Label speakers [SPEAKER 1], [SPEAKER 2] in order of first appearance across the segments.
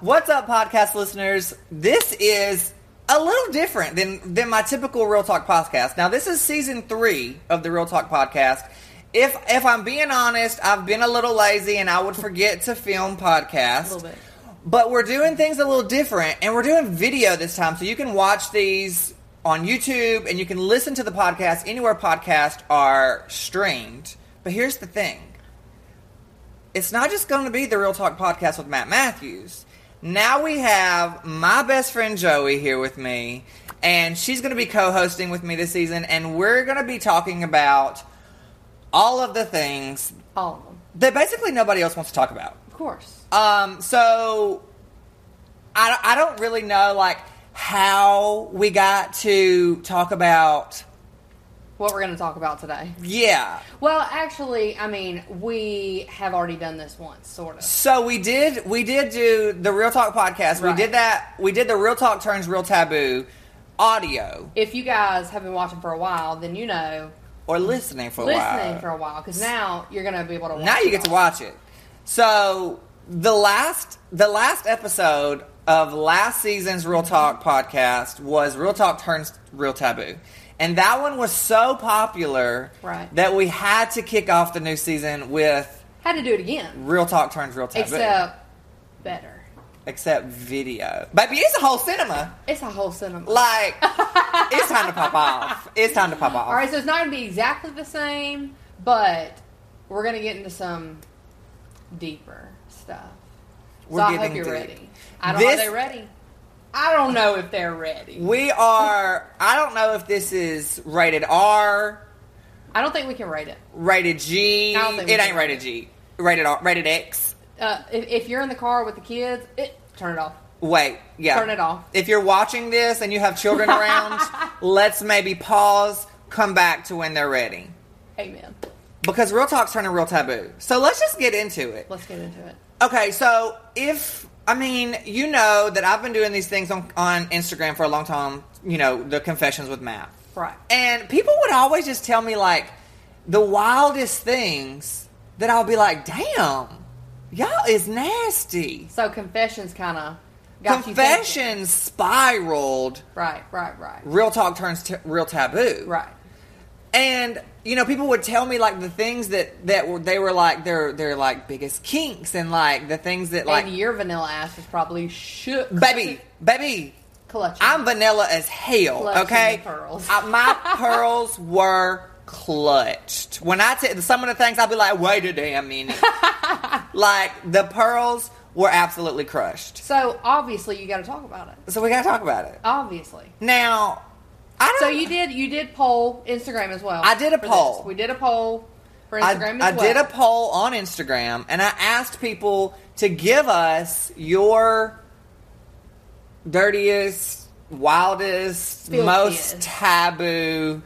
[SPEAKER 1] What's up, podcast listeners? This is a little different than than my typical Real Talk podcast. Now, this is season three of the Real Talk podcast. If if I'm being honest, I've been a little lazy and I would forget to film podcasts.
[SPEAKER 2] A little bit.
[SPEAKER 1] But we're doing things a little different, and we're doing video this time, so you can watch these on YouTube and you can listen to the podcast anywhere podcasts are streamed. But here's the thing it's not just going to be the Real Talk podcast with Matt Matthews. Now we have my best friend Joey here with me, and she's going to be co hosting with me this season, and we're going to be talking about all of the things
[SPEAKER 2] All of them.
[SPEAKER 1] that basically nobody else wants to talk about.
[SPEAKER 2] Of course.
[SPEAKER 1] Um, so I, I don't really know like how we got to talk about
[SPEAKER 2] What we're going to talk about today.
[SPEAKER 1] yeah.
[SPEAKER 2] Well, actually, I mean, we have already done this once, sort of.
[SPEAKER 1] So we did we did do the Real Talk podcast. We
[SPEAKER 2] Right.
[SPEAKER 1] did that. We did the Real Talk turns Real Taboo audio
[SPEAKER 2] If you guys have been watching for a while, then you know
[SPEAKER 1] or listening for a
[SPEAKER 2] listening
[SPEAKER 1] while.
[SPEAKER 2] for a while because now you're going to be able to. Watch
[SPEAKER 1] now you get to watch it. So the last the last episode of last season's
[SPEAKER 2] Mm-hmm.
[SPEAKER 1] Real Talk podcast was Real Talk turns Real Taboo. And that one was so popular
[SPEAKER 2] Right.
[SPEAKER 1] that we had to kick off the new season with
[SPEAKER 2] Had to do it again,
[SPEAKER 1] Real Talk turns Real Taboo.
[SPEAKER 2] except better.
[SPEAKER 1] Except video. Baby, it's a whole cinema.
[SPEAKER 2] It's a whole cinema.
[SPEAKER 1] Like it's time to pop off. It's time to pop off.
[SPEAKER 2] All right, so it's not going to be exactly the same, but we're going to get into some deeper stuff.
[SPEAKER 1] We're
[SPEAKER 2] so I hope
[SPEAKER 1] getting
[SPEAKER 2] you're
[SPEAKER 1] deep.
[SPEAKER 2] ready. I don't know if
[SPEAKER 1] This-
[SPEAKER 2] they're ready. I don't know if they're ready.
[SPEAKER 1] We are I don't know if this is rated R,
[SPEAKER 2] I don't think we can rate it.
[SPEAKER 1] rated G.
[SPEAKER 2] I don't think we
[SPEAKER 1] It
[SPEAKER 2] can
[SPEAKER 1] ain't
[SPEAKER 2] rate
[SPEAKER 1] rated G. Rated R, rated X.
[SPEAKER 2] Uh, if, if you're in the car with the kids, it, turn it off.
[SPEAKER 1] Wait, yeah.
[SPEAKER 2] Turn it off.
[SPEAKER 1] If you're watching this and you have children around, let's maybe pause, come back to when they're ready.
[SPEAKER 2] Amen.
[SPEAKER 1] Because real talk's turning real taboo. So let's just get into it.
[SPEAKER 2] Let's get into it.
[SPEAKER 1] Okay, so if I mean, you know that I've been doing these things on, on Instagram for a long time, you know, the confessions with Matt.
[SPEAKER 2] Right.
[SPEAKER 1] And people would always just tell me like the wildest things that I'll be like, damn, y'all is nasty.
[SPEAKER 2] So confessions kind of got you.
[SPEAKER 1] Confessions spiraled.
[SPEAKER 2] thinking. Right, right, right.
[SPEAKER 1] Real talk turns to real taboo.
[SPEAKER 2] Right.
[SPEAKER 1] And you know, people would tell me like the things that that were, they were like their their like biggest kinks and like the things that like
[SPEAKER 2] and your vanilla ass is probably shook.
[SPEAKER 1] baby baby
[SPEAKER 2] Clutching.
[SPEAKER 1] I'm vanilla as hell.
[SPEAKER 2] Clutching
[SPEAKER 1] okay,
[SPEAKER 2] the pearls.
[SPEAKER 1] I- my pearls were clutched. When I tell some of the things, I'll be like, "Wait a damn minute!" like the pearls were absolutely crushed.
[SPEAKER 2] so obviously you got to talk about it.
[SPEAKER 1] So we gotta talk about it
[SPEAKER 2] Obviously.
[SPEAKER 1] now. I don't.
[SPEAKER 2] So you did you did poll Instagram as well.
[SPEAKER 1] I did a
[SPEAKER 2] for
[SPEAKER 1] poll.
[SPEAKER 2] this. We did a poll for
[SPEAKER 1] I,
[SPEAKER 2] Instagram
[SPEAKER 1] I
[SPEAKER 2] as well.
[SPEAKER 1] did a poll on Instagram and I asked people to give us your dirtiest, wildest,
[SPEAKER 2] Filthiest.
[SPEAKER 1] most taboo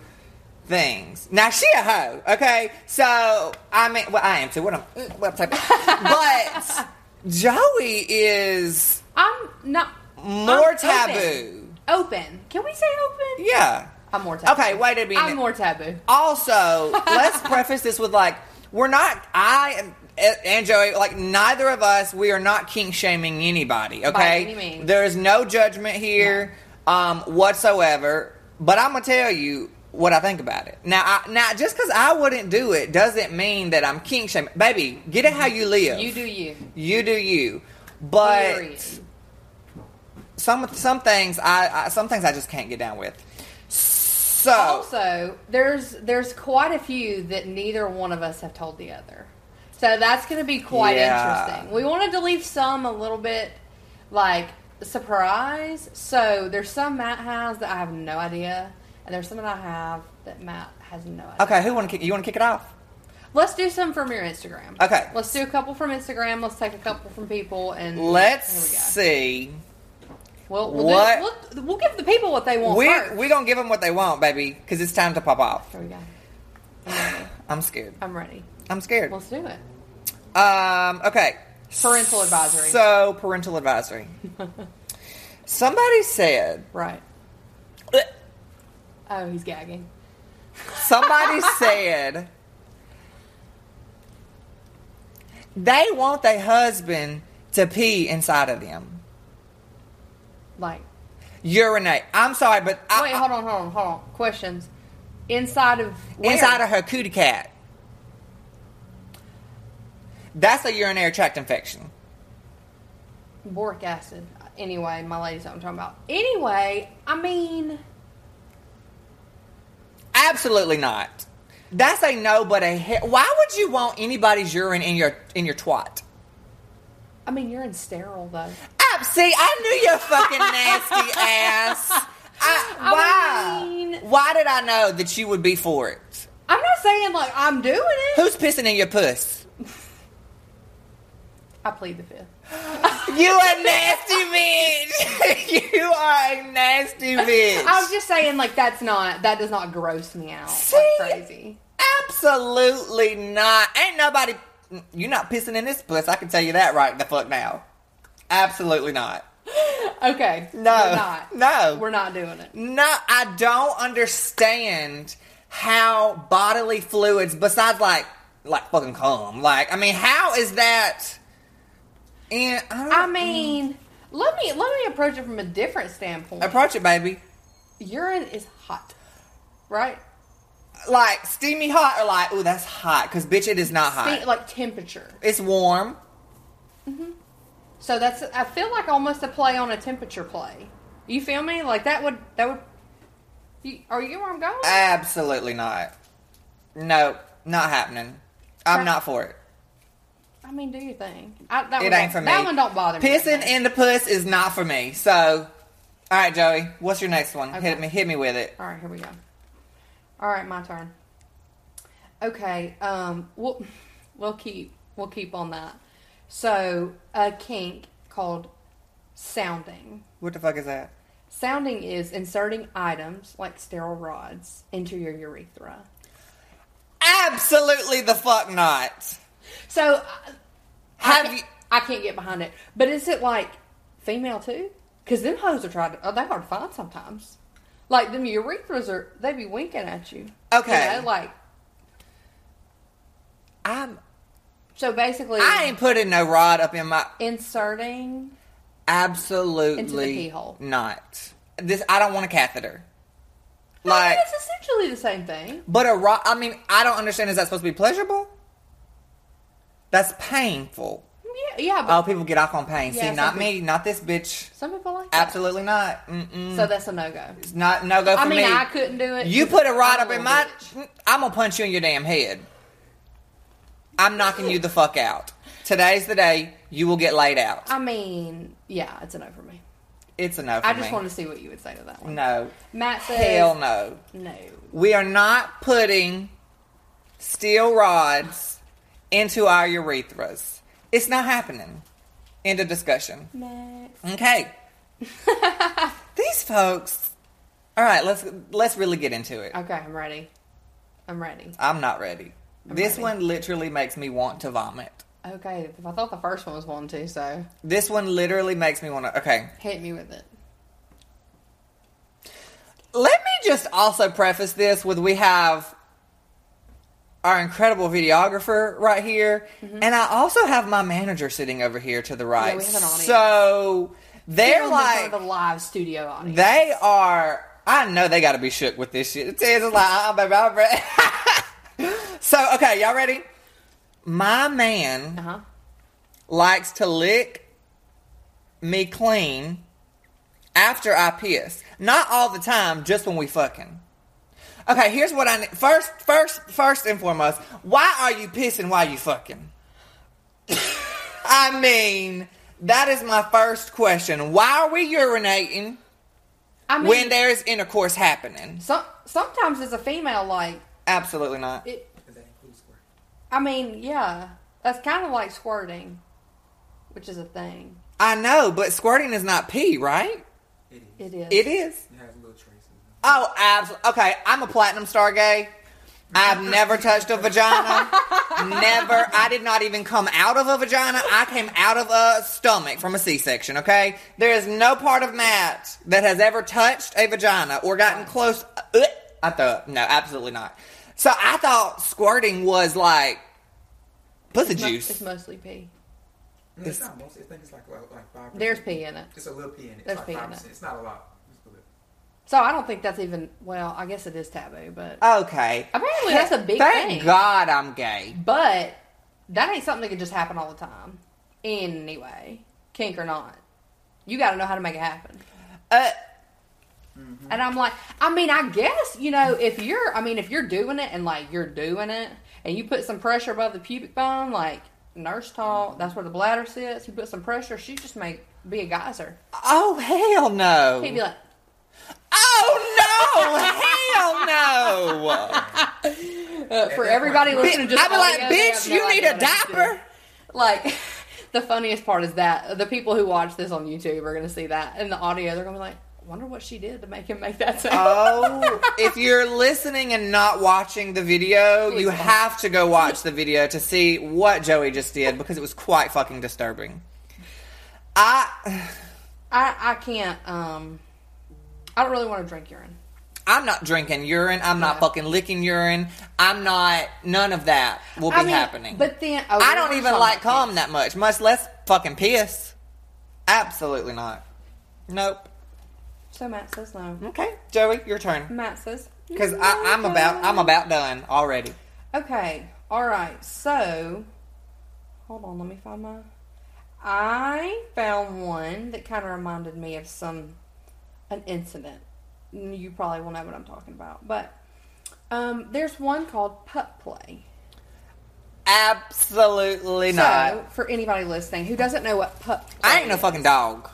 [SPEAKER 1] things. Now she a hoe, okay? So I mean, well, I am too. What I'm, what I'm but Joey is
[SPEAKER 2] I'm not
[SPEAKER 1] more
[SPEAKER 2] I'm
[SPEAKER 1] taboo.
[SPEAKER 2] Open. open. Can we say open?
[SPEAKER 1] Yeah.
[SPEAKER 2] I'm more taboo.
[SPEAKER 1] Okay, wait a minute.
[SPEAKER 2] I'm more taboo.
[SPEAKER 1] Also, let's preface this with like we're not. I am and Joey, like neither of us, we are not kink shaming anybody. Okay,
[SPEAKER 2] any means.
[SPEAKER 1] there is no judgment here um, whatsoever. But I'm gonna tell you what I think about it. Now, I, now, just because I wouldn't do it doesn't mean that I'm kink shaming. Baby, get it how you live.
[SPEAKER 2] You do you.
[SPEAKER 1] You do you. But
[SPEAKER 2] Period.
[SPEAKER 1] some some things I, I some things I just can't get down with. So
[SPEAKER 2] also there's there's quite a few that neither one of us have told the other so that's going to be quite
[SPEAKER 1] Yeah.
[SPEAKER 2] interesting we wanted to leave some a little bit like surprise so there's some matt has that i have no idea and there's some that i have that matt has no idea
[SPEAKER 1] okay, who want to kick? You want to kick it off?
[SPEAKER 2] let's do some from your instagram
[SPEAKER 1] Okay.
[SPEAKER 2] let's do a couple from instagram let's take a couple from people and
[SPEAKER 1] Let's
[SPEAKER 2] here we go
[SPEAKER 1] see.
[SPEAKER 2] we'll, we'll,
[SPEAKER 1] What-
[SPEAKER 2] Do, we'll, we'll give the people what they want
[SPEAKER 1] We're
[SPEAKER 2] first.
[SPEAKER 1] we gonna give them what they want, baby, because it's time to pop off.
[SPEAKER 2] here we go I'm ready.
[SPEAKER 1] I'm scared.
[SPEAKER 2] i'm ready
[SPEAKER 1] I'm scared.
[SPEAKER 2] let's do it
[SPEAKER 1] Um. Okay.
[SPEAKER 2] Parental advisory.
[SPEAKER 1] So parental advisory. Somebody said.
[SPEAKER 2] Right. Oh, he's gagging.
[SPEAKER 1] Somebody said. They want their husband to pee inside of them.
[SPEAKER 2] Like,
[SPEAKER 1] Urinate. I'm sorry, but I,
[SPEAKER 2] wait, hold on, hold on, hold on. Questions inside of where?
[SPEAKER 1] inside of her cootie cat. That's a urinary tract infection.
[SPEAKER 2] boric acid. Anyway, my ladies know what I'm talking about. Anyway, I mean,
[SPEAKER 1] Absolutely not. That's a no, but a he- why would you want anybody's urine in your in your twat?
[SPEAKER 2] I mean, you're in sterile though.
[SPEAKER 1] Ab, see, I knew your fucking nasty ass. I,
[SPEAKER 2] I
[SPEAKER 1] why?
[SPEAKER 2] mean-
[SPEAKER 1] why did I know that you would be for it?
[SPEAKER 2] I'm not saying like I'm doing it.
[SPEAKER 1] Who's pissing in your puss?
[SPEAKER 2] I plead the fifth.
[SPEAKER 1] You a nasty bitch. you are a nasty bitch.
[SPEAKER 2] I was just saying like that's not that does not gross me out
[SPEAKER 1] See?
[SPEAKER 2] like crazy.
[SPEAKER 1] Absolutely not. Ain't nobody. You're not pissing in this puss. I can tell you that right the fuck now. Absolutely not.
[SPEAKER 2] Okay,
[SPEAKER 1] No.
[SPEAKER 2] we're not.
[SPEAKER 1] No.
[SPEAKER 2] we're not doing it.
[SPEAKER 1] No, I don't understand how bodily fluids, besides like like fucking cum, like I mean, how is that? And I, don't,
[SPEAKER 2] I mean, let me let me approach it from a different standpoint.
[SPEAKER 1] approach it, baby.
[SPEAKER 2] Urine is hot, right?
[SPEAKER 1] Like steamy hot or like, ooh, that's hot because bitch, it is not hot.
[SPEAKER 2] Think, like temperature.
[SPEAKER 1] it's warm.
[SPEAKER 2] So that's I feel like almost a play on a temperature play. You feel me? Like that would that would. You, are you where I'm going?
[SPEAKER 1] Absolutely not. No, not happening. I'm
[SPEAKER 2] Right.
[SPEAKER 1] not for it.
[SPEAKER 2] I mean, do your thing. I, that
[SPEAKER 1] It
[SPEAKER 2] one
[SPEAKER 1] ain't
[SPEAKER 2] don't-
[SPEAKER 1] for me.
[SPEAKER 2] That one don't bother me.
[SPEAKER 1] Pissing in the puss is not for me. So, all right, Joey, what's your next one?
[SPEAKER 2] Okay.
[SPEAKER 1] Hit me, hit me with it.
[SPEAKER 2] All right, here we go. All right, my turn. Okay, um, we'll we'll keep we'll keep on that. So a kink called sounding.
[SPEAKER 1] What the fuck is that?
[SPEAKER 2] Sounding is inserting items like sterile rods into your urethra.
[SPEAKER 1] Absolutely the fuck not.
[SPEAKER 2] So I-
[SPEAKER 1] Have
[SPEAKER 2] I can't,
[SPEAKER 1] you?
[SPEAKER 2] I can't get behind it. But is it like female too? Because them hoes are trying to. Oh, they hard to find sometimes. Like them urethras are. They be winking at you.
[SPEAKER 1] Okay.
[SPEAKER 2] You know, like
[SPEAKER 1] I'm.
[SPEAKER 2] so. Basically,
[SPEAKER 1] I ain't putting no rod up in my.
[SPEAKER 2] inserting.
[SPEAKER 1] Absolutely
[SPEAKER 2] pee hole.
[SPEAKER 1] not. This I don't want a catheter.
[SPEAKER 2] I
[SPEAKER 1] Like,
[SPEAKER 2] mean, it's essentially the same thing.
[SPEAKER 1] but a rod. I mean, I don't understand. Is that supposed to be pleasurable? That's painful.
[SPEAKER 2] Yeah, yeah. But
[SPEAKER 1] Oh, people get off on pain.
[SPEAKER 2] Yeah,
[SPEAKER 1] See, not
[SPEAKER 2] some
[SPEAKER 1] me, not this bitch.
[SPEAKER 2] some people like that.
[SPEAKER 1] Absolutely not. Mm-mm.
[SPEAKER 2] So that's a no go.
[SPEAKER 1] It's not no go for
[SPEAKER 2] I mean,
[SPEAKER 1] me.
[SPEAKER 2] I couldn't do it.
[SPEAKER 1] You put a rod
[SPEAKER 2] I'm
[SPEAKER 1] up in
[SPEAKER 2] little
[SPEAKER 1] my.
[SPEAKER 2] bitch.
[SPEAKER 1] I'm gonna punch you in your damn head. I'm knocking you the fuck out. Today's the day you will get laid out.
[SPEAKER 2] I mean, yeah, it's a no for me.
[SPEAKER 1] It's enough.
[SPEAKER 2] I just wanted to see what you would say to that one.
[SPEAKER 1] no.
[SPEAKER 2] Matt says
[SPEAKER 1] Hell no.
[SPEAKER 2] no.
[SPEAKER 1] We are not putting steel rods into our urethras. It's not happening. End of discussion.
[SPEAKER 2] Next.
[SPEAKER 1] Okay. These folks. All right, let's let's really get into it.
[SPEAKER 2] Okay, I'm ready. I'm ready.
[SPEAKER 1] I'm not ready. this
[SPEAKER 2] ready.
[SPEAKER 1] one literally makes me want to vomit.
[SPEAKER 2] Okay, I thought the first one was one too, so
[SPEAKER 1] This one literally makes me want to. Okay.
[SPEAKER 2] hit me with it.
[SPEAKER 1] Let me just also preface this with we have our incredible videographer right here, and I also have my manager sitting over here to the right.
[SPEAKER 2] Mm-hmm. we have an audience.
[SPEAKER 1] So they're
[SPEAKER 2] Feeling in front
[SPEAKER 1] like
[SPEAKER 2] of the live studio audience.
[SPEAKER 1] They are. I know they got to be shook with this shit. It's just like, oh, baby, I'm ready. so, okay, y'all ready? My man
[SPEAKER 2] uh huh.
[SPEAKER 1] likes to lick me clean after I piss. Not all the time, just when we fucking. Okay, here's what I need. First, first, first and foremost, why are you pissing while you fucking? I mean, that is my first question. Why are we urinating?
[SPEAKER 2] I mean,
[SPEAKER 1] when there's intercourse happening.
[SPEAKER 2] some, sometimes as a female, like
[SPEAKER 1] Absolutely not.
[SPEAKER 2] it. I mean, yeah, that's kind of like squirting, which is a thing.
[SPEAKER 1] I know, but squirting is not pee, right?
[SPEAKER 3] It is.
[SPEAKER 2] It is.
[SPEAKER 1] It is.
[SPEAKER 3] It has little traces.
[SPEAKER 1] Oh, absolutely. Okay, I'm a platinum star gay. I've never touched a vagina. never. I did not even come out of a vagina. I came out of a stomach from a C-section, okay? There is no part of Matt that has ever touched a vagina or gotten close. Ugh. I thought, no, absolutely not. So I thought squirting was like pussy
[SPEAKER 2] It's mo-
[SPEAKER 1] juice.
[SPEAKER 2] It's mostly pee.
[SPEAKER 3] No,
[SPEAKER 1] This-
[SPEAKER 3] it's not most. I think it's like like, like five. percent.
[SPEAKER 2] There's pee in it.
[SPEAKER 3] It's a little pee in it.
[SPEAKER 2] There's
[SPEAKER 3] It's
[SPEAKER 2] pee
[SPEAKER 3] like
[SPEAKER 2] in
[SPEAKER 3] five
[SPEAKER 2] it.
[SPEAKER 3] percent. It's not a lot. It's a little.
[SPEAKER 2] So I don't think that's even. Well, I guess it is taboo, but
[SPEAKER 1] Okay.
[SPEAKER 2] apparently that's a big
[SPEAKER 1] Thank
[SPEAKER 2] thing.
[SPEAKER 1] God I'm gay.
[SPEAKER 2] But that ain't something that can just happen all the time. Anyway, kink or not, you got to know how to make it happen.
[SPEAKER 1] Uh,
[SPEAKER 2] And I'm like, I mean, I guess you know if you're, I mean, if you're doing it and like you're doing it, and you put some pressure above the pubic bone, like nurse talk, that's where the bladder sits. You put some pressure, she just may be a geyser.
[SPEAKER 1] oh, hell no.
[SPEAKER 2] He'd be like,
[SPEAKER 1] Oh no! Hell no!
[SPEAKER 2] uh, for everybody listening, to just
[SPEAKER 1] I'd be like,
[SPEAKER 2] audio, they have
[SPEAKER 1] bitch,
[SPEAKER 2] no
[SPEAKER 1] you
[SPEAKER 2] idea
[SPEAKER 1] need a
[SPEAKER 2] what I'm doing."
[SPEAKER 1] diaper.
[SPEAKER 2] Like, the funniest part is that the people who watch this on YouTube are going to see that, and the audio they're going to be like, "Wonder what she did to make him make that sound."
[SPEAKER 1] Oh, if you're listening and not watching the video,
[SPEAKER 2] Please
[SPEAKER 1] you
[SPEAKER 2] don't.
[SPEAKER 1] have to go watch the video to see what Joey just did because it was quite fucking disturbing. I,
[SPEAKER 2] I I can't. Um, I don't really want to drink urine.
[SPEAKER 1] I'm not drinking urine. I'm not
[SPEAKER 2] Yeah.
[SPEAKER 1] fucking licking urine. I'm not. None of that will be
[SPEAKER 2] I mean,
[SPEAKER 1] happening.
[SPEAKER 2] But then oh,
[SPEAKER 1] I
[SPEAKER 2] we
[SPEAKER 1] don't
[SPEAKER 2] were
[SPEAKER 1] even
[SPEAKER 2] talking
[SPEAKER 1] like
[SPEAKER 2] about
[SPEAKER 1] cum that much, much less fucking piss. Absolutely not. Nope.
[SPEAKER 2] this. So Matt says no.
[SPEAKER 1] Okay, Joey, your turn.
[SPEAKER 2] Matt says
[SPEAKER 1] Because I'm about I'm about done already.
[SPEAKER 2] Okay. All right. So, hold on. Let me find my. I found one that kind of reminded me of some an incident. You probably will know what I'm talking about, but um, there's one called putt play.
[SPEAKER 1] Absolutely
[SPEAKER 2] So,
[SPEAKER 1] not.
[SPEAKER 2] for anybody listening who doesn't know what putt, play
[SPEAKER 1] I ain't no
[SPEAKER 2] is,
[SPEAKER 1] fucking dog.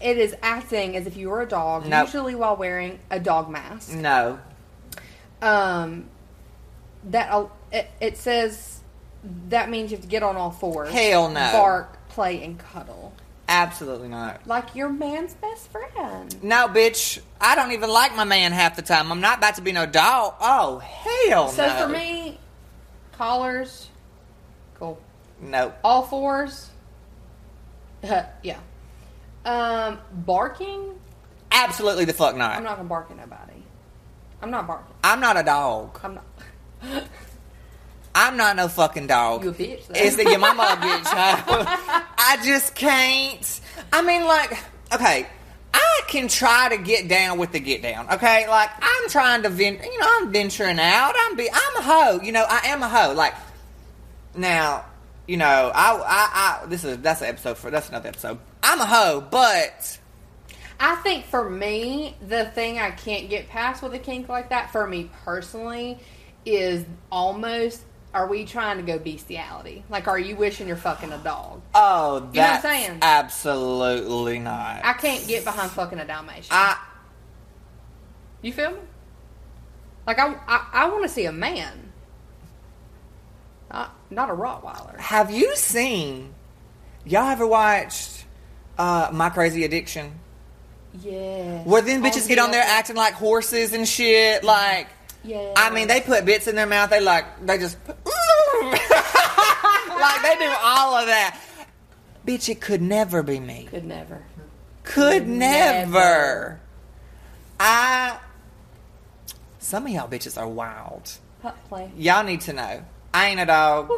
[SPEAKER 2] It is acting as if you were a dog,
[SPEAKER 1] Nope.
[SPEAKER 2] usually while wearing a dog mask.
[SPEAKER 1] No.
[SPEAKER 2] Um, that al- it, it says that means you have to get on all fours.
[SPEAKER 1] Hell no.
[SPEAKER 2] Bark, play, and cuddle
[SPEAKER 1] Absolutely not.
[SPEAKER 2] like your man's best friend.
[SPEAKER 1] No, bitch. I don't even like my man half the time. I'm not about to be no dog. Oh hell
[SPEAKER 2] So
[SPEAKER 1] no.
[SPEAKER 2] for me, collars, cool.
[SPEAKER 1] nope.
[SPEAKER 2] All fours, yeah. Um, barking.
[SPEAKER 1] Absolutely the fuck
[SPEAKER 2] I'm
[SPEAKER 1] not.
[SPEAKER 2] not gonna bark at nobody. I'm not barking.
[SPEAKER 1] I'm not a dog.
[SPEAKER 2] I'm not.
[SPEAKER 1] I'm not no fucking dog.
[SPEAKER 2] you a bitch. though.
[SPEAKER 1] It's that your mama a bitch. huh? I just can't. I mean, like, okay, I can try to get down with the get down. Okay, like I'm trying to venture. You know, I'm venturing out. I'm be. I'm a hoe. You know, I am a hoe. Like now, you know, I, I, I. This is that's an episode for that's another episode. I'm a hoe, but
[SPEAKER 2] I think for me, the thing I can't get past with a kink like that, for me personally, is almost are we trying to go bestiality? Like, are you wishing you're fucking a dog?
[SPEAKER 1] oh,
[SPEAKER 2] You know what I'm
[SPEAKER 1] that's
[SPEAKER 2] saying?
[SPEAKER 1] absolutely not.
[SPEAKER 2] I can't get behind fucking a Dalmatian.
[SPEAKER 1] I
[SPEAKER 2] you feel me? Like, I, I, I want to see a man, not, not a Rottweiler.
[SPEAKER 1] Have you seen? Y'all ever watched uh, My Crazy Addiction?
[SPEAKER 2] Yeah.
[SPEAKER 1] Where then
[SPEAKER 2] Oh,
[SPEAKER 1] bitches get on there acting like horses and shit. Like,
[SPEAKER 2] Yeah.
[SPEAKER 1] I mean, they put bits in their mouth. They like, they just like they do all of that. Bitch, it could never be me.
[SPEAKER 2] could never.
[SPEAKER 1] Could never.
[SPEAKER 2] Never.
[SPEAKER 1] I. Some of y'all bitches are wild.
[SPEAKER 2] Pup play.
[SPEAKER 1] Y'all need to know. I ain't a dog.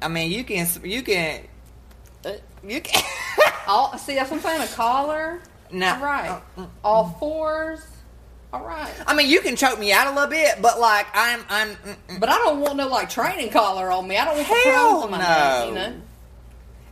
[SPEAKER 1] I mean, you can you can Uh, you can.
[SPEAKER 2] All, see, that's what I'm saying. A collar.
[SPEAKER 1] No.
[SPEAKER 2] All right.
[SPEAKER 1] uh,
[SPEAKER 2] All fours. All right.
[SPEAKER 1] I mean, you can choke me out a little bit, but like I'm I'm. mm, mm.
[SPEAKER 2] But I don't want no like training collar on me. I don't want the
[SPEAKER 1] Hell
[SPEAKER 2] pearls on my nose, you
[SPEAKER 1] no.
[SPEAKER 2] know.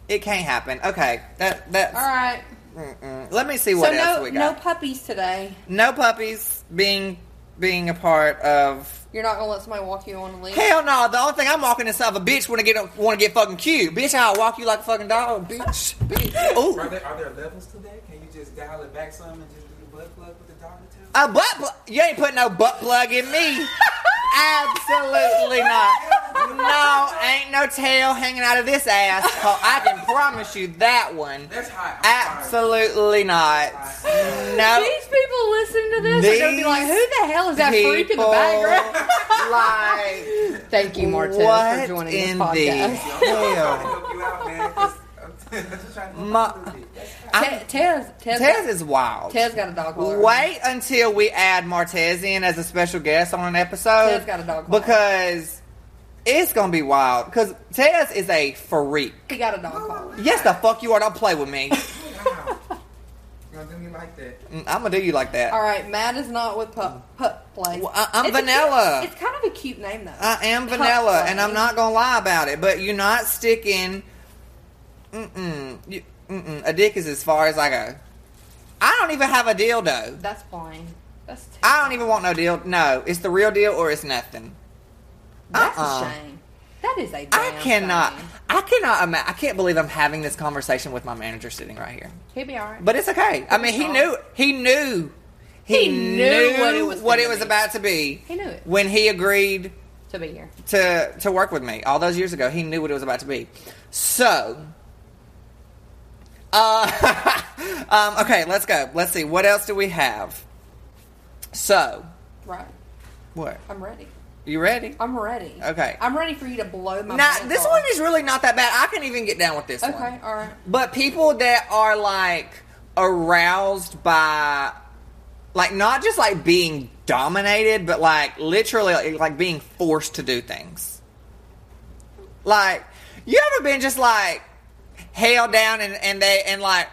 [SPEAKER 1] It can't happen. Okay, that that's.
[SPEAKER 2] All right.
[SPEAKER 1] Mm-mm. Let me see what
[SPEAKER 2] so
[SPEAKER 1] else
[SPEAKER 2] no
[SPEAKER 1] we
[SPEAKER 2] no
[SPEAKER 1] got.
[SPEAKER 2] puppies today.
[SPEAKER 1] No, puppies being being a part of.
[SPEAKER 2] You're not gonna let somebody walk you on the leash.
[SPEAKER 1] Hell no! The only thing I'm walking inside of a bitch when I get want to get fucking cute, bitch. I'll walk you like a fucking dog, bitch. bitch.
[SPEAKER 3] Are
[SPEAKER 1] Ooh,
[SPEAKER 3] there are there levels to that? Can you just dial it back some and just do the butt plug with the dog too?
[SPEAKER 1] a butt. Pl- you ain't putting no butt plug in me. Absolutely not. No, ain't no tail hanging out of this asshole. I can promise you that one.
[SPEAKER 3] That's high. I'm sorry.
[SPEAKER 1] Absolutely not. No.
[SPEAKER 2] These people listening to this are gonna be like, "Who the hell is that freak in the background?"
[SPEAKER 1] background?
[SPEAKER 2] Thank you,
[SPEAKER 1] like,
[SPEAKER 2] Martez,
[SPEAKER 1] what
[SPEAKER 2] for joining
[SPEAKER 1] in
[SPEAKER 2] this
[SPEAKER 1] the
[SPEAKER 2] podcast.
[SPEAKER 1] hell?
[SPEAKER 3] help you out, man. 'cause I'm I'm just trying to
[SPEAKER 1] Ma-
[SPEAKER 3] help you. That's fine.
[SPEAKER 1] I'm-
[SPEAKER 2] Te- Tez, Tez,
[SPEAKER 1] Tez is wild.
[SPEAKER 2] Tez got a dog collar.
[SPEAKER 1] Wait until we add Martez in as a special guest on an episode.
[SPEAKER 2] Tez got a dog collar.
[SPEAKER 1] Because It's gonna be wild because Tez is a freak.
[SPEAKER 2] He got a dog collar.
[SPEAKER 1] Yes, the fuck you are. Don't play with me.
[SPEAKER 3] Wow. you gonna do me like that?
[SPEAKER 1] I'm gonna do you like that.
[SPEAKER 2] All right, Matt is not with Pup Pup Play.
[SPEAKER 1] Well, I, am
[SPEAKER 2] It's a
[SPEAKER 1] vanilla. Uh,
[SPEAKER 2] cute- it's kind of a cute name though.
[SPEAKER 1] I am
[SPEAKER 2] Pup
[SPEAKER 1] vanilla,
[SPEAKER 2] Play.
[SPEAKER 1] and I'm not gonna lie about it. But you're not sticking. Mm-mm. You, mm-mm. A dick is as far as I go. I don't even have a dildo.
[SPEAKER 2] That's plain. That's.
[SPEAKER 1] I don't even want no deal. No, it's the real deal or it's nothing.
[SPEAKER 2] That's
[SPEAKER 1] uh-uh.
[SPEAKER 2] a shame. That is a.
[SPEAKER 1] I
[SPEAKER 2] Damn
[SPEAKER 1] cannot.
[SPEAKER 2] shame.
[SPEAKER 1] I cannot. Ima- I can't believe I'm having this conversation with my manager sitting right here.
[SPEAKER 2] He'll be all right.
[SPEAKER 1] But it's okay. I mean, he
[SPEAKER 2] Sean.
[SPEAKER 1] knew. He knew.
[SPEAKER 2] He knew what it was
[SPEAKER 1] what
[SPEAKER 2] gonna
[SPEAKER 1] it was
[SPEAKER 2] be.
[SPEAKER 1] about to be.
[SPEAKER 2] He knew it.
[SPEAKER 1] when he agreed
[SPEAKER 2] to be here.
[SPEAKER 1] to to work with me all those years ago. He knew what it was about to be. So, uh, um, okay, let's go. Let's see what else do we have. So,
[SPEAKER 2] Right.
[SPEAKER 1] what?
[SPEAKER 2] I'm ready.
[SPEAKER 1] You ready?
[SPEAKER 2] I'm ready.
[SPEAKER 1] Okay.
[SPEAKER 2] I'm ready for you to blow my.
[SPEAKER 1] Now,
[SPEAKER 2] brains
[SPEAKER 1] this
[SPEAKER 2] off.
[SPEAKER 1] one is really not that bad. I can even get down with this one.
[SPEAKER 2] Okay. All right.
[SPEAKER 1] But people that are like aroused by, like not just like being dominated, but like literally like, like being forced to do things. Like, you ever been just like held down and, and they, and like,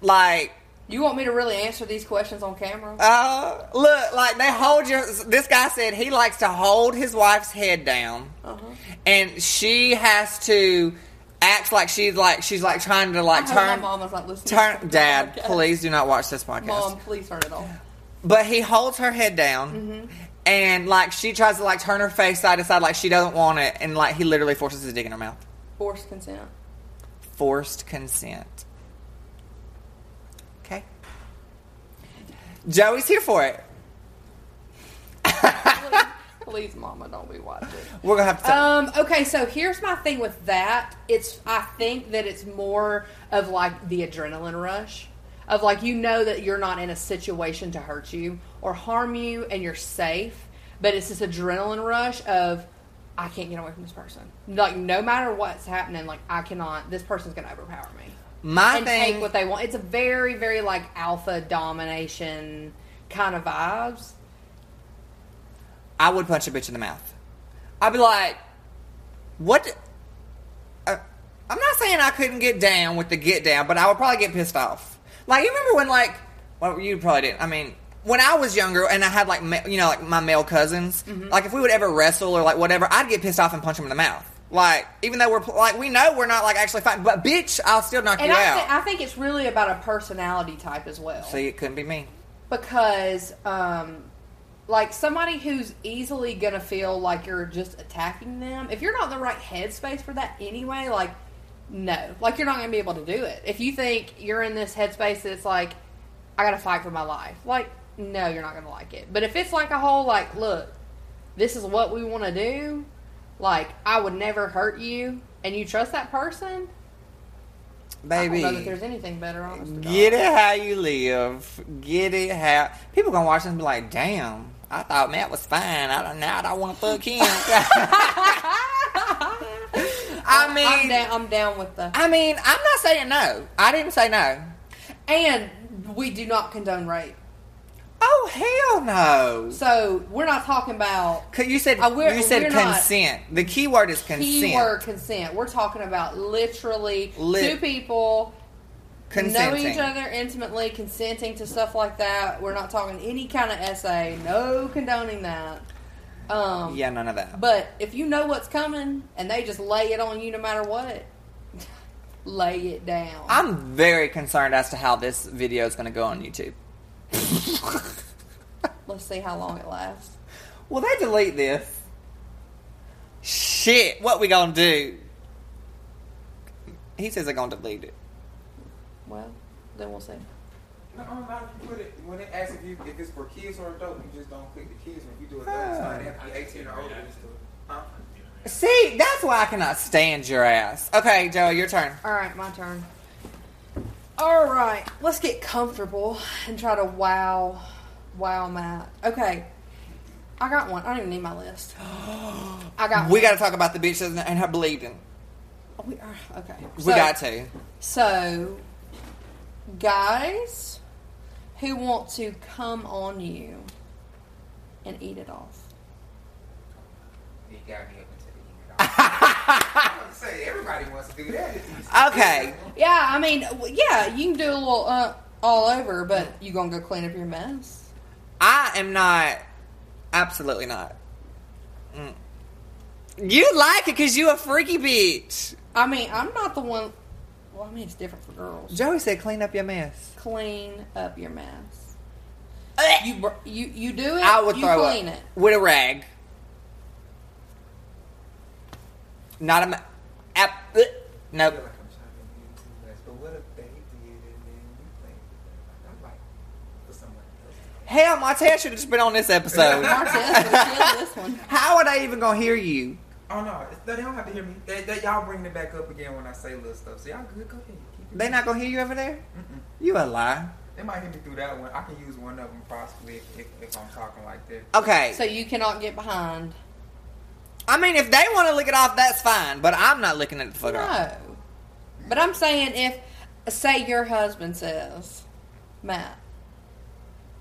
[SPEAKER 1] like,
[SPEAKER 2] You want me to really answer these questions on camera?
[SPEAKER 1] uh, look, like they hold your, this guy said he likes to hold his wife's head down
[SPEAKER 2] Uh-huh.
[SPEAKER 1] and she has to act like she's like, she's like trying to
[SPEAKER 2] I
[SPEAKER 1] like
[SPEAKER 2] hope my
[SPEAKER 1] turn.
[SPEAKER 2] mom is not listening. to
[SPEAKER 1] Turn,
[SPEAKER 2] this
[SPEAKER 1] Dad,
[SPEAKER 2] podcast.
[SPEAKER 1] please do not watch this podcast.
[SPEAKER 2] Mom, please turn it off.
[SPEAKER 1] But he holds her head down,
[SPEAKER 2] Mm-hmm.
[SPEAKER 1] and like she tries to like turn her face side to side, like she doesn't want it, and like he literally forces his dick in her mouth.
[SPEAKER 2] Forced consent.
[SPEAKER 1] Forced consent. Okay. Joey's here for it.
[SPEAKER 2] Please, please, Mama, don't be watching.
[SPEAKER 1] We're gonna have to.
[SPEAKER 2] Um, okay, so here's my thing with that. It's I think that it's more of like the adrenaline rush of like you know that you're not in a situation to hurt you or harm you and you're safe, but it's this adrenaline rush of I can't get away from this person. Like no matter what's happening, like I cannot this person's gonna overpower me.
[SPEAKER 1] my
[SPEAKER 2] and
[SPEAKER 1] thing.
[SPEAKER 2] take what they want. It's a very, very like alpha domination kind of vibes.
[SPEAKER 1] I would punch a bitch in the mouth. I'd be like, what? d- Uh, I'm not saying I couldn't get down with the get down, but I would probably get pissed off. Like, you remember when, like, well, you probably didn't. I mean, when I was younger and I had, like, ma- you know, like my male cousins,
[SPEAKER 2] Mm-hmm.
[SPEAKER 1] like, if we would ever wrestle or, like, whatever, I'd get pissed off and punch them in the mouth. Like, even though we're, pl- like, we know we're not, like, actually fighting, but bitch, I'll still knock
[SPEAKER 2] And
[SPEAKER 1] you
[SPEAKER 2] I,
[SPEAKER 1] out.
[SPEAKER 2] thi- I think it's really about a personality type as well.
[SPEAKER 1] See, it couldn't be me.
[SPEAKER 2] because um like somebody who's easily gonna feel like you're just attacking them if you're not in the right headspace for that anyway like no like you're not gonna be able to do it if you think you're in this headspace that's like i gotta fight for my life like no you're not gonna like it but if it's like a whole like look this is what we want to do like i would never hurt you and you trust that person
[SPEAKER 1] Baby.
[SPEAKER 2] i don't know that there's anything better honest to God.
[SPEAKER 1] Get it how you live. Get it how people gonna watch this and be like, "Damn, I thought Matt was fine. I don't now. I don't want to fuck him." I
[SPEAKER 2] I'm
[SPEAKER 1] mean,
[SPEAKER 2] down, I'm down with the
[SPEAKER 1] I mean, I'm not saying no. I didn't say no.
[SPEAKER 2] And we do not condone rape.
[SPEAKER 1] Oh hell no!
[SPEAKER 2] So we're not talking about
[SPEAKER 1] 'Cause You said
[SPEAKER 2] Uh, we're-
[SPEAKER 1] you said
[SPEAKER 2] we're not-
[SPEAKER 1] consent. The key word is consent.
[SPEAKER 2] keyword consent. We're talking about literally
[SPEAKER 1] Lit-
[SPEAKER 2] two people know
[SPEAKER 1] Consenting.
[SPEAKER 2] each other intimately, consenting to stuff like that. We're not talking any kind of essay. No condoning that. Um,
[SPEAKER 1] Yeah, none of that.
[SPEAKER 2] But if you know what's coming and they just lay it on you no matter what, lay it down.
[SPEAKER 1] I'm very concerned as to how this video is gonna go on YouTube.
[SPEAKER 2] Let's see how long it lasts.
[SPEAKER 1] Will they delete this? Shit, what we gonna do? He says they're gonna delete it.
[SPEAKER 2] Well, then we'll see.
[SPEAKER 3] No, I'm about to put it when it asks if you if it's for kids or adult, you just don't click the kids. If you do adult, it's not after you're 18 or older. it's still- Huh?
[SPEAKER 1] See, that's why I cannot stand your ass. Okay, Joe, your turn.
[SPEAKER 2] All right, my turn. All right, let's get comfortable and try to wow, wow Matt. Okay, I got one. I don't even need my list. I got.
[SPEAKER 1] We
[SPEAKER 2] one.
[SPEAKER 1] gotta talk about the bitch and and her bleeding.
[SPEAKER 2] We are okay.
[SPEAKER 1] We got to.
[SPEAKER 2] So, guys who want to come on you and eat it off.
[SPEAKER 3] He got me up until the end. I'm gonna say everybody wants to do that.
[SPEAKER 1] Okay.
[SPEAKER 2] Yeah, I mean, w- yeah, you can do a little uh, all over, but you gonna go clean up your mess?
[SPEAKER 1] I am not. Absolutely not. Mm. You like it because you a freaky bitch.
[SPEAKER 2] I mean, I'm not the one. Well, I mean, it's different for girls.
[SPEAKER 1] Joey said, "Clean up your mess."
[SPEAKER 2] Clean up your mess.
[SPEAKER 1] Ugh.
[SPEAKER 2] You br- you you do it.
[SPEAKER 1] I would
[SPEAKER 2] you
[SPEAKER 1] throw
[SPEAKER 2] clean
[SPEAKER 1] up
[SPEAKER 2] it.
[SPEAKER 1] with a rag. Not a. Ma- ap- ugh.
[SPEAKER 3] I
[SPEAKER 1] nope.
[SPEAKER 3] feel like I'm trying to do too much, but what if they did and then you think I'm like for someone else?
[SPEAKER 1] Hell, Martell should have just been on this episode.
[SPEAKER 2] Martez, kill this one.
[SPEAKER 1] How are they even gonna hear you?
[SPEAKER 3] Oh no, it's- they don't have to hear me. They, they, y'all bring it back up again when I say little stuff. So y'all good, go ahead. Keep it.
[SPEAKER 1] They not gonna hear you over there?
[SPEAKER 3] Mm-mm.
[SPEAKER 1] You a lie.
[SPEAKER 3] They might hear me through that one. I can use one of them possibly if, if, if I'm talking like that.
[SPEAKER 1] Okay.
[SPEAKER 2] So you cannot get behind.
[SPEAKER 1] I mean, if they want to lick it off, that's fine. But uh, I'm not licking it the foot off.
[SPEAKER 2] No, but I'm saying if say your husband says, Matt,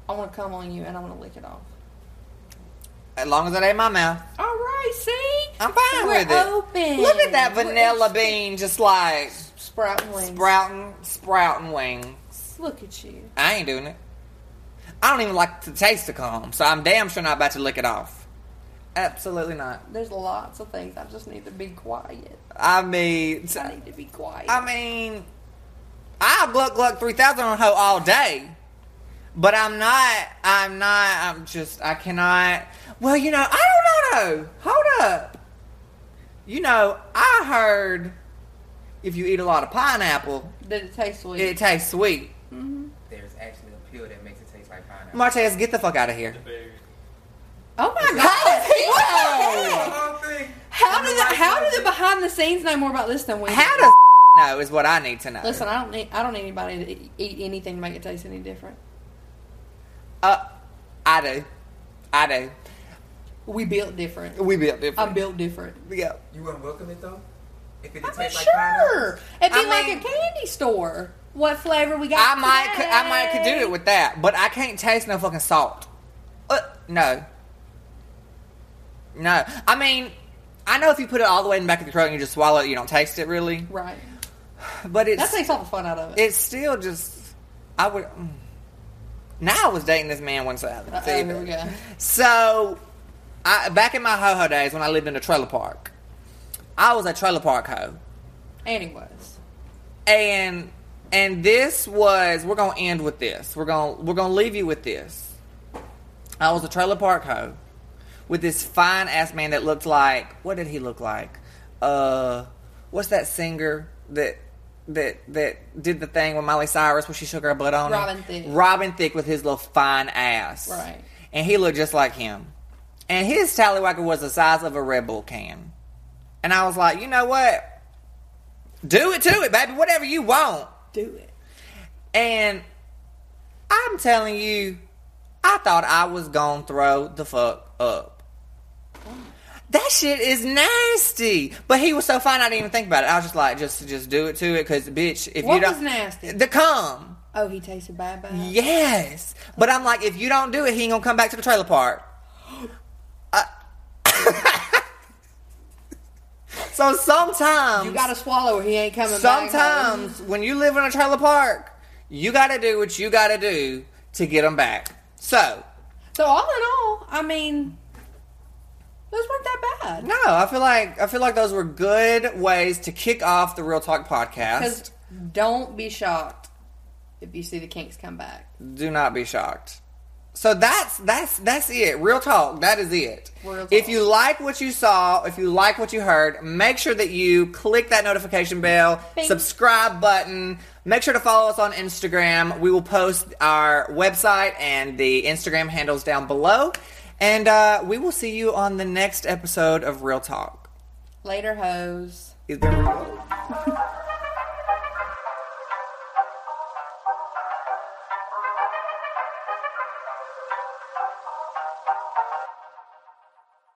[SPEAKER 2] I want to come on you and I want to lick it off.
[SPEAKER 1] As long as it ain't my mouth,
[SPEAKER 2] All right, see,
[SPEAKER 1] I'm fine
[SPEAKER 2] We're
[SPEAKER 1] with it.
[SPEAKER 2] open.
[SPEAKER 1] Look at that
[SPEAKER 2] We're
[SPEAKER 1] vanilla
[SPEAKER 2] ex-
[SPEAKER 1] bean, just like
[SPEAKER 2] Sprout wings.
[SPEAKER 1] sprouting, sprouting wings.
[SPEAKER 2] Look at you.
[SPEAKER 1] I ain't doing it. I don't even like to taste the comb, so I'm damn sure not about to lick it off. Absolutely not.
[SPEAKER 2] There's lots of things I just need to be quiet.
[SPEAKER 1] I mean, t-
[SPEAKER 2] I need to be quiet.
[SPEAKER 1] I mean, I'll gluck gluck three thousand on hoe all day, but I'm not. I'm not. I'm just. I cannot. Well, you know, I don't know. though. Hold up. You know, I heard if you eat a lot of pineapple,
[SPEAKER 2] Did it taste sweet?
[SPEAKER 1] it tastes sweet.
[SPEAKER 3] There's actually a pill that makes it taste like pineapple.
[SPEAKER 1] Martez, get the fuck out of here.
[SPEAKER 2] oh my god!
[SPEAKER 1] What?
[SPEAKER 2] Tito!
[SPEAKER 3] The whole thing.
[SPEAKER 2] How do the how do the behind the scenes know more about this than we?
[SPEAKER 1] How
[SPEAKER 2] do?
[SPEAKER 1] does know is what I need to know.
[SPEAKER 2] Listen, I don't need I don't need anybody to e- eat anything to make it taste any different.
[SPEAKER 1] uh, I do. I do.
[SPEAKER 2] We built different.
[SPEAKER 1] We built different.
[SPEAKER 2] I'm built different.
[SPEAKER 1] Yeah.
[SPEAKER 3] You wouldn't welcome it though? If it
[SPEAKER 2] I'm
[SPEAKER 3] didn't taste like
[SPEAKER 2] sure.
[SPEAKER 3] pineapple?
[SPEAKER 2] It'd be
[SPEAKER 1] I
[SPEAKER 2] like
[SPEAKER 1] mean-
[SPEAKER 2] a candy store. What flavor we got?
[SPEAKER 1] I might, could, I might could do
[SPEAKER 2] today?
[SPEAKER 1] it with that, but I can't taste no fucking salt. Uh, no, no. I mean, I know if you put it all the way in the back of the throat and you just swallow it, you don't taste it really.
[SPEAKER 2] Right.
[SPEAKER 1] But
[SPEAKER 2] That
[SPEAKER 1] it's
[SPEAKER 2] takes all the fun out of it.
[SPEAKER 1] it's still just. I would. mm. Now I was dating this man once. I
[SPEAKER 2] Uh-oh, here we go.
[SPEAKER 1] So, I back in my ho ho days when I lived in a trailer park, I was a trailer park hoe.
[SPEAKER 2] Anyways,
[SPEAKER 1] and and this was we're gonna end with this we're gonna we're gonna leave you with this i was a trailer park hoe with this fine ass man that looked like what did he look like uh what's that singer that that that did the thing with miley cyrus where she shook her butt on him?
[SPEAKER 2] Robin Thicke.
[SPEAKER 1] robin Thicke with his little fine ass
[SPEAKER 2] Right.
[SPEAKER 1] and he looked just like him and his tallywhacker was the size of a red bull can and i was like you know what do it to it, baby. Whatever you want.
[SPEAKER 2] do it.
[SPEAKER 1] And I'm telling you, I thought I was gonna throw the fuck up. That shit is nasty. But he was so fine, I didn't even think about it. I was just like, just, just do it to it, cause bitch, if
[SPEAKER 2] What
[SPEAKER 1] you don't,
[SPEAKER 2] was nasty?
[SPEAKER 1] the cum.
[SPEAKER 2] Oh, he tasted bad, bad.
[SPEAKER 1] Yes, but I'm like, if you don't do it, he ain't gonna come back to the trailer park. Uh, so sometimes
[SPEAKER 2] You gotta swallow or he ain't coming back.
[SPEAKER 1] Sometimes when you live in a trailer park, you got to do what you got to do to get them back. So,
[SPEAKER 2] So all in all, I mean, those weren't that bad.
[SPEAKER 1] no, I feel like I feel like those were good ways to kick off the Real Talk podcast.
[SPEAKER 2] Because don't be shocked if you see the kinks come back.
[SPEAKER 1] Do not be shocked. So that's that's that's it. Real talk. That is it.
[SPEAKER 2] Real talk.
[SPEAKER 1] If you like what you saw, if you like what you heard, make sure that you click that notification bell,
[SPEAKER 2] Bing.
[SPEAKER 1] subscribe button. Make sure to follow us on Instagram. We will post our website and the Instagram handles down below. And uh, we will see you on the next episode of Real Talk.
[SPEAKER 2] Later, hoes.
[SPEAKER 1] It's been real.